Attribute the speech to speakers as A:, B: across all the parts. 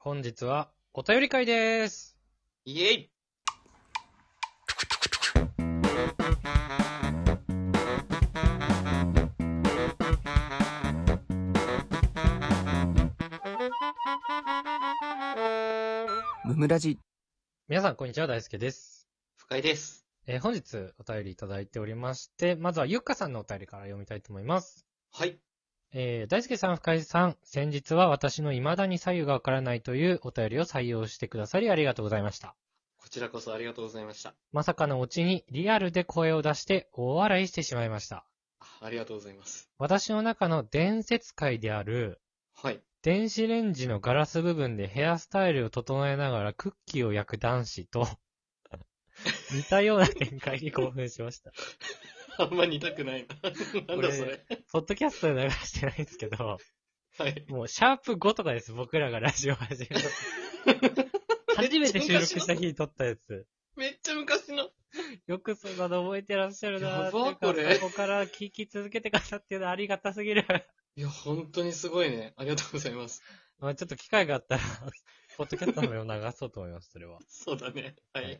A: 本日はお便り会です。
B: イエイ
C: ムムラジ。
A: 皆さん、こんにちは。大輔です。
B: 深井です。
A: えー本日お便りいただいておりまして、まずはゆっかさんのお便りから読みたいと思います。
B: はい。
A: えー大輔さん、深井さん、先日は私の未だに左右がわからないというお便りを採用してくださりありがとうございました。
B: こちらこそありがとうございました。
A: まさかのオチにリアルで声を出して大笑いしてしまいました。
B: あありがとうございます。
A: 私の中の伝説界である、
B: はい。
A: 電子レンジのガラス部分でヘアスタイルを整えながらクッキーを焼く男子 と、似たような展開に興奮しました。
B: あんま似たくない な。なんだそれ。
A: ポッドキャストで流してないんですけど、
B: はい。
A: もうシャープ5とかです、僕らがラジオ始めた。初めて収録した日に撮ったやつ。
B: めっちゃ昔の。
A: よくそんなの覚えてらっしゃるなっ
B: やば
A: ていうか
B: これ
A: そこから聞き続けてくださっていうのはありがたすぎる。
B: いや、本当にすごいね。ありがとうございます。
A: まあちょっと機会があったら、ポッドキャストの目を流そうと思います、それは。
B: そうだね。は
A: はい
B: い。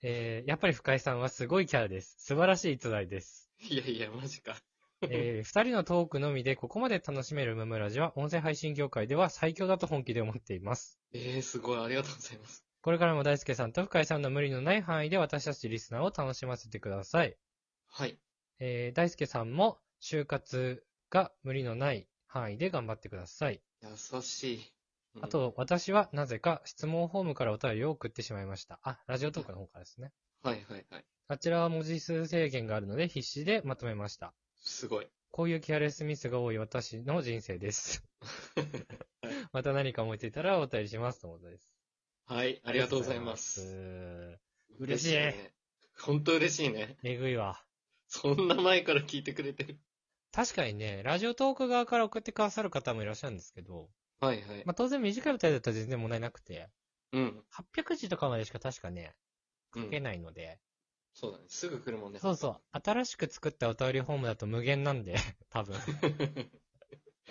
A: えー、やっぱり深井さんはすごいキャラです。素晴らしい逸材です。
B: いやいや、マジか。
A: えー、二人のトークのみでここまで楽しめるムムラジは音声配信業界では最強だと本気で思っています。
B: えー、すごい。ありがとうございます。
A: これからも大輔さんと深井さんの無理のない範囲で私たちリスナーを楽しませてください。
B: はい。
A: えー、大輔さんも就活が無理のない範囲で頑張ってください。
B: 優しい。うん
A: あ、と、私はなぜか質問フォームからお便りを送ってしまいました。あ、ラジオトークの方からですね。
B: はいはいはい。
A: あちらは文字数制限があるので必死でまとめました。
B: すごい。
A: こういうケアレスミスが多い私の人生 です。また何か思いついたらお便りしますとのことです。
B: はい。あ
A: あ
B: りがとうございます。
A: り嬉しい
B: 嬉ね。本当嬉しいね。
A: えぐいわ。
B: そんな前から聞いてくれてる。
A: 確かにね、ラジオトーク側から送ってくださる方もいらっしゃるんですけど、
B: はいはい。
A: まあ、当然短いお便りだったら全然問題なくて、
B: うん。
A: 800字とかまでしか確かね、
B: う
A: 書
B: ん
A: けないので、
B: そうだね。すぐ来るもんね。
A: そうそう、新しく作ったお便りフォームだと無限なんで、 多分。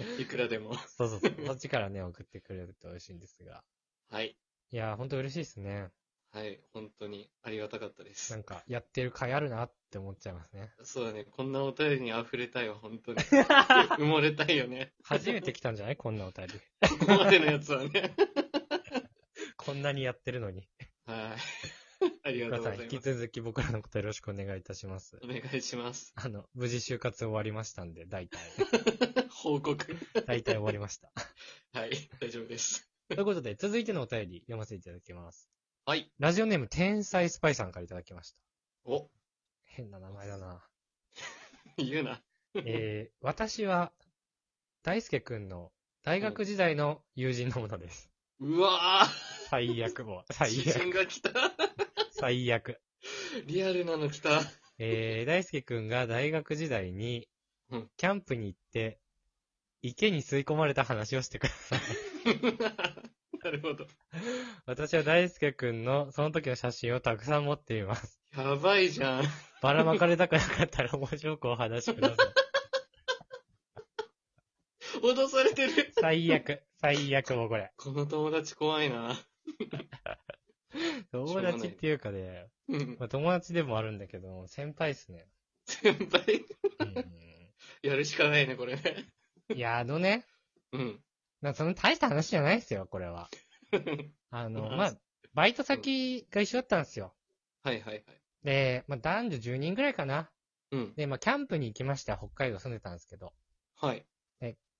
B: いくらでも。
A: そうそう そう、そっちからね、送ってくれると嬉しいんですが。
B: はい。
A: いやー、ほんと嬉しいですね。
B: はい。本当にありがたかったで
A: な
B: す
A: ん。か、やってる甲斐あるなって思っちゃいますね。
B: そうだね。こんなお便りに溢れたいわ、本 当に。埋もれたいよね。
A: 初めて来たんじゃないこんなお便 り。
B: ここまでのやつはね。
A: こんなにやってるの に。
B: はい。 ありが
A: 皆
B: とう
A: さ
B: ご
A: ん、
B: ざ
A: 引
B: い
A: き
B: ます。
A: 続き僕らのことよろしくお願いいたします。
B: お願いします。
A: あの、無事就活終わりましたんで、 大体。
B: 報告。
A: 大体終わりました。
B: はい。大丈夫です。
A: ということで、続いてのお便り読ませていただきます。
B: はい。
A: ラジオネーム、天才スパイさんからいただきました。
B: お、
A: 変な名前だ な。
B: 言うな。
A: えー、私は、大輔くんの大学時代の友人のものです。
B: うわ
A: 最悪もう、
B: ぁ。
A: 最
B: 知
A: 悪、
B: 人が来た。
A: 最悪。
B: リアルなの来た。
A: えー、大輔くんが大学時代に
B: うん、
A: キャンプに行って、池に吸い込まれた話をしてください。
B: なるほど。
A: 私は大輔くんのその時の写真をたくさん持っています。
B: やばいじゃん。
A: ばらまかれたくなかったら面白くお話しください。
B: 脅されてる。
A: 最悪、最悪もうこれ。
B: この友達怖いな。
A: 友達っていうかね、
B: うん
A: まあ、友達でもあるんだけど、先輩っすね。
B: 先輩、
A: うん
B: やるしかないね、これね。
A: いや、あのね、
B: うん。
A: なその大した話じゃないですよ、これは。あの、まあ、バイト先が一緒だったんですよ。
B: はいはいはい。
A: で、まあ、男女10人ぐらいかな。
B: うん。
A: で、まあ、キャンプに行きました。北海道住んでたんですけど。
B: はい。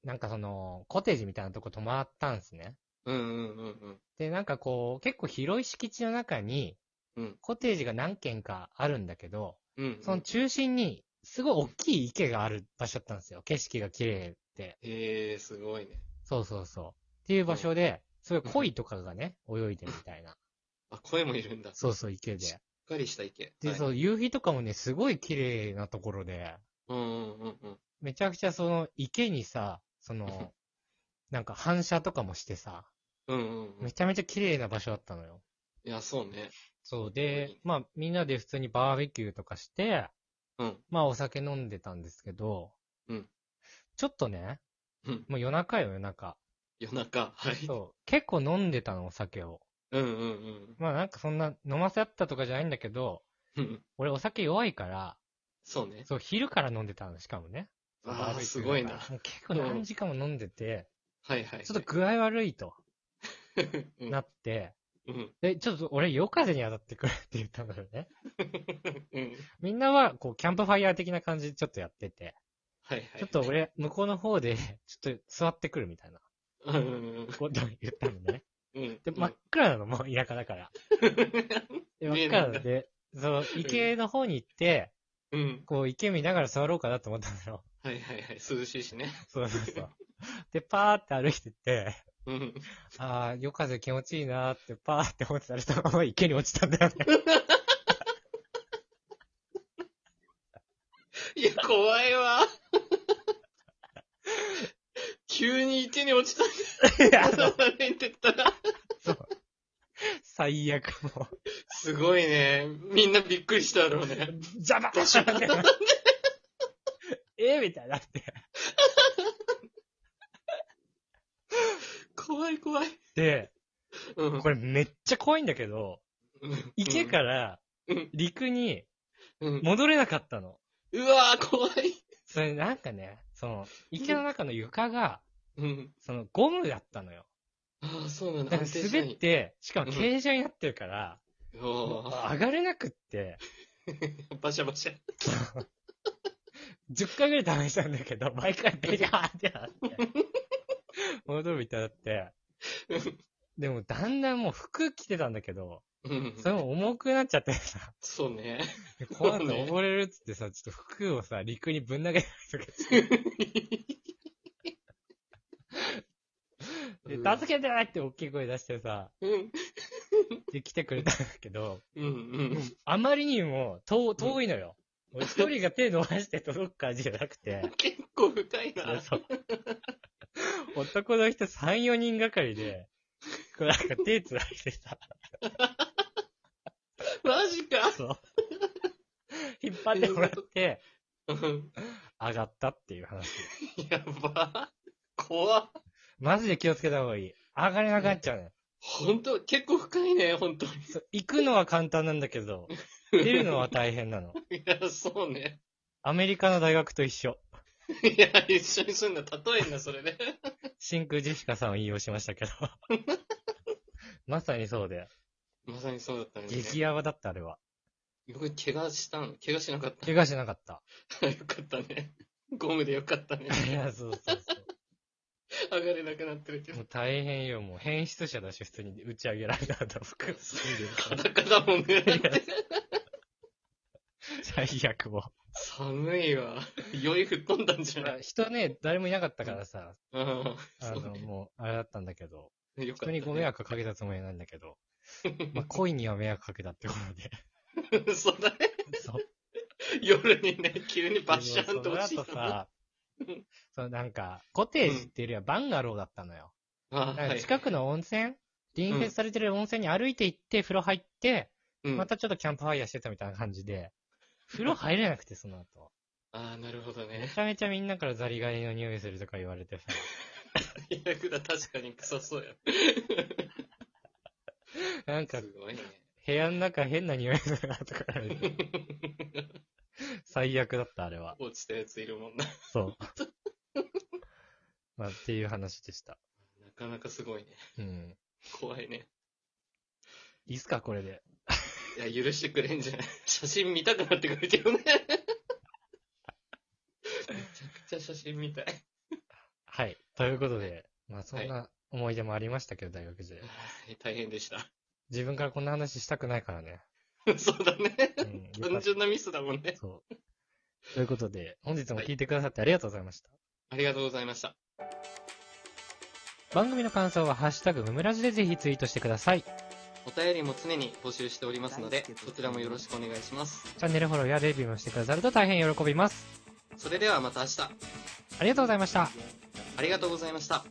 A: なんかその、コテージみたいなとこ泊まったんですね。
B: うんうんうんうん。
A: で、なんかこう、結構広い敷地の中に
B: うん、
A: コテージが何軒かあるんだけど、
B: うんうん。
A: その中心に、すごい大きい池がある場所だったんですよ。景色が綺麗で。
B: へえー、すごいね。
A: そうそうそう。っていう場所で、すごい鯉とかがね、泳いでみた いな。
B: あ、声もいるんだ。し
A: そうそう、池で。
B: っかりした池。
A: で、
B: はい
A: そう、夕日とかもね、すごい綺麗なところで、
B: うんうんうんうん。
A: めちゃくちゃその池にさ、そ の、なんか反射とかもしてさ、
B: うんうんうん。
A: め
B: い
A: ちゃめちゃ綺麗な場所だったのよ。
B: や、そうね。
A: そう
B: いい
A: で
B: ね、
A: まあみんなで普通にバーベキューとかして、
B: うん。
A: まあお酒飲んでたんですけど、
B: うん
A: ちょっとね、
B: うん。
A: もう夜中よ夜中。
B: 夜中。はい。
A: そう。結構飲んでたの、お酒を。
B: うんうんうん
A: まあなんかそんな飲ませあったとかじゃないんだけど、
B: うん。
A: 俺お酒弱いから、
B: そうね。
A: そう、昼から飲んでたの、しかもね。
B: あ
A: 悪
B: あ、
A: い
B: すごいな。
A: もう結構何時間も飲んでて、
B: はいはい。
A: ちょっと具合悪いと
B: うん
A: なって、
B: うん。
A: で、ちょっと俺夜風に当たってくれって言ったのよね。
B: うん。
A: みんなは、こう、キャンプファイヤー的な感じでちょっとやってて、
B: はいはい。
A: ちょっと俺、向こうの方で、 ちょっと座ってくるみたいな
B: うんうん
A: ことを言ったの ね。
B: うん。うん。
A: で、真っ暗なの、もう田 舎だから。で真っ暗
B: 見えないんだ
A: なんで、そう、池の方に行って、
B: うん。
A: こう、池見ながら座ろうかなと思ったのよ。
B: はいはいはい。涼しいしね。
A: そうそうそう。で、パーって歩いてって、
B: うん。
A: ああ、夜風気持ちいいなーって、パーって思ってたら、そのまま池に落ちたんだよね。
B: いや、怖いわ。急に池に落ち た
A: いや、
B: んだ。歩いてったら。
A: 最悪もう。
B: すごいね。みんなびっくりしたろうね。
A: 邪魔 えーみたいになって。
B: 怖い怖い。
A: で、
B: うん。
A: これめっちゃ怖いんだけど、
B: うん
A: 池から
B: うん
A: 陸に
B: うん
A: 戻れなかったの。
B: うわー、怖い。
A: それなんかね、その、池の中の床が、
B: うん。
A: そのゴムだったのよ。
B: ああ、そうなんだ。
A: だから
B: 安定し
A: 滑
B: ない
A: って、しかも傾斜になってるから、
B: お
A: 上
B: ー
A: がれなくって、
B: バシャバシャ。
A: 10回ぐらい試したんだけど、毎回ベリャーってなって、戻るみたいになって、でもだんだんもう服着てたんだけど、
B: うん。
A: それも重くなっちゃってさ、
B: そうね。
A: この後溺れるっつってさ、ちょっと服をさ、陸にぶん投げたりとかして、助けてないって大きい声出してさ、
B: うん。
A: で来てくれたんだけど、
B: うんうん。
A: あまりにも遠遠いのよ。俺一人が手伸ばして届く感じじゃなくて、
B: 結構深いな。
A: そう。男の人3、4人がかりで、こうなんか手つないでさ、
B: マジか。
A: そう。引っ張ってもらって、
B: うん
A: 上がったっていう話。
B: やば。怖っ。
A: マジで気をつけた方がいい。上がれなくなっちゃうね。
B: ほんと、結構深いね、ほんとに。
A: そう行くのは簡単なんだけ ど、出るのは大変なの。
B: いや、そうね。
A: アメリカの大学と一緒。
B: いや、一緒にすんな。例えんな、それで。
A: 真空ジェシカさんを引用しま したけど。まさにそうで。
B: まさにそうだったね。
A: 激ヤバだった、あれは。
B: 僕、怪我したの怪我しなかった。
A: 怪我しなかった。
B: よかったね。ゴムでよかっ たね。
A: いや、そうそうそう。
B: 上がれなくなってるけど
A: も。う大変よ、もう変質者だし、普通に打ち上げられた後、服住んでるか
B: カ
A: ら。
B: タカタもんね。
A: 最悪も
B: 寒いわ。酔い吹っ飛んだんじ
A: う。
B: ゃない
A: 人ね、誰もいなかったからさ、
B: うん。
A: あ
B: そう
A: の、もう、あれだったんだけど、
B: よかった、
A: 人にご 迷惑かけたつもりなんだけど、まあ、恋には迷惑かけたってことで。
B: 惑。そうだね。
A: そう。
B: 夜にね、急にバッシャンと落ち
A: その
B: た
A: 後さ、そう、なんか、コテージっていうよりはバンガローだったのよ。
B: あ
A: だか
B: は
A: ら
B: い。
A: 近くの温泉、隣接されてる温泉に歩いて行って、風呂入って、
B: うん
A: またちょっとキャンプファイヤーしてたみたいな感じで、風呂入れなくて、その後。
B: ああ、なるほど
A: め
B: ね。
A: ちゃめちゃみんなからザリガニの匂いするとか言われて さ、
B: いや、だ、確かに臭そうや。
A: なんか
B: すごいね。
A: 部屋の中変な匂いするなとか言わ れて、最悪だったあれは。
B: 落ちたやついるもんな。
A: そう。 まあっていう話でした。
B: なかなかすごいね。
A: うん。
B: 怖いね。
A: いいっすかこれで。
B: いや、許してくれんじゃない。 写真見たくなってくるけどね。めちゃくちゃ写真見たい。
A: はい。ということで、まあそんな思い出もありましたけど、大学時代。
B: はい大変でした。
A: 自分からこんな話したくないからね。
B: そうだね。
A: うん。よか
B: 単
A: った
B: 純なミスだもんね。
A: そう。ということで、本日も聞いてくださってありがとうございました。
B: ありがとうございました。
A: 番組の感想は、ハッシュタグムムラジでぜひツイートしてください。
B: お便りも常に募集しておりますので、そちらもよろしくお願いします。
A: チャンネルフォローやレビューもしてくださると大変喜びます。
B: それではまた明日。
A: ありがとうございました。
B: ありがとうございました。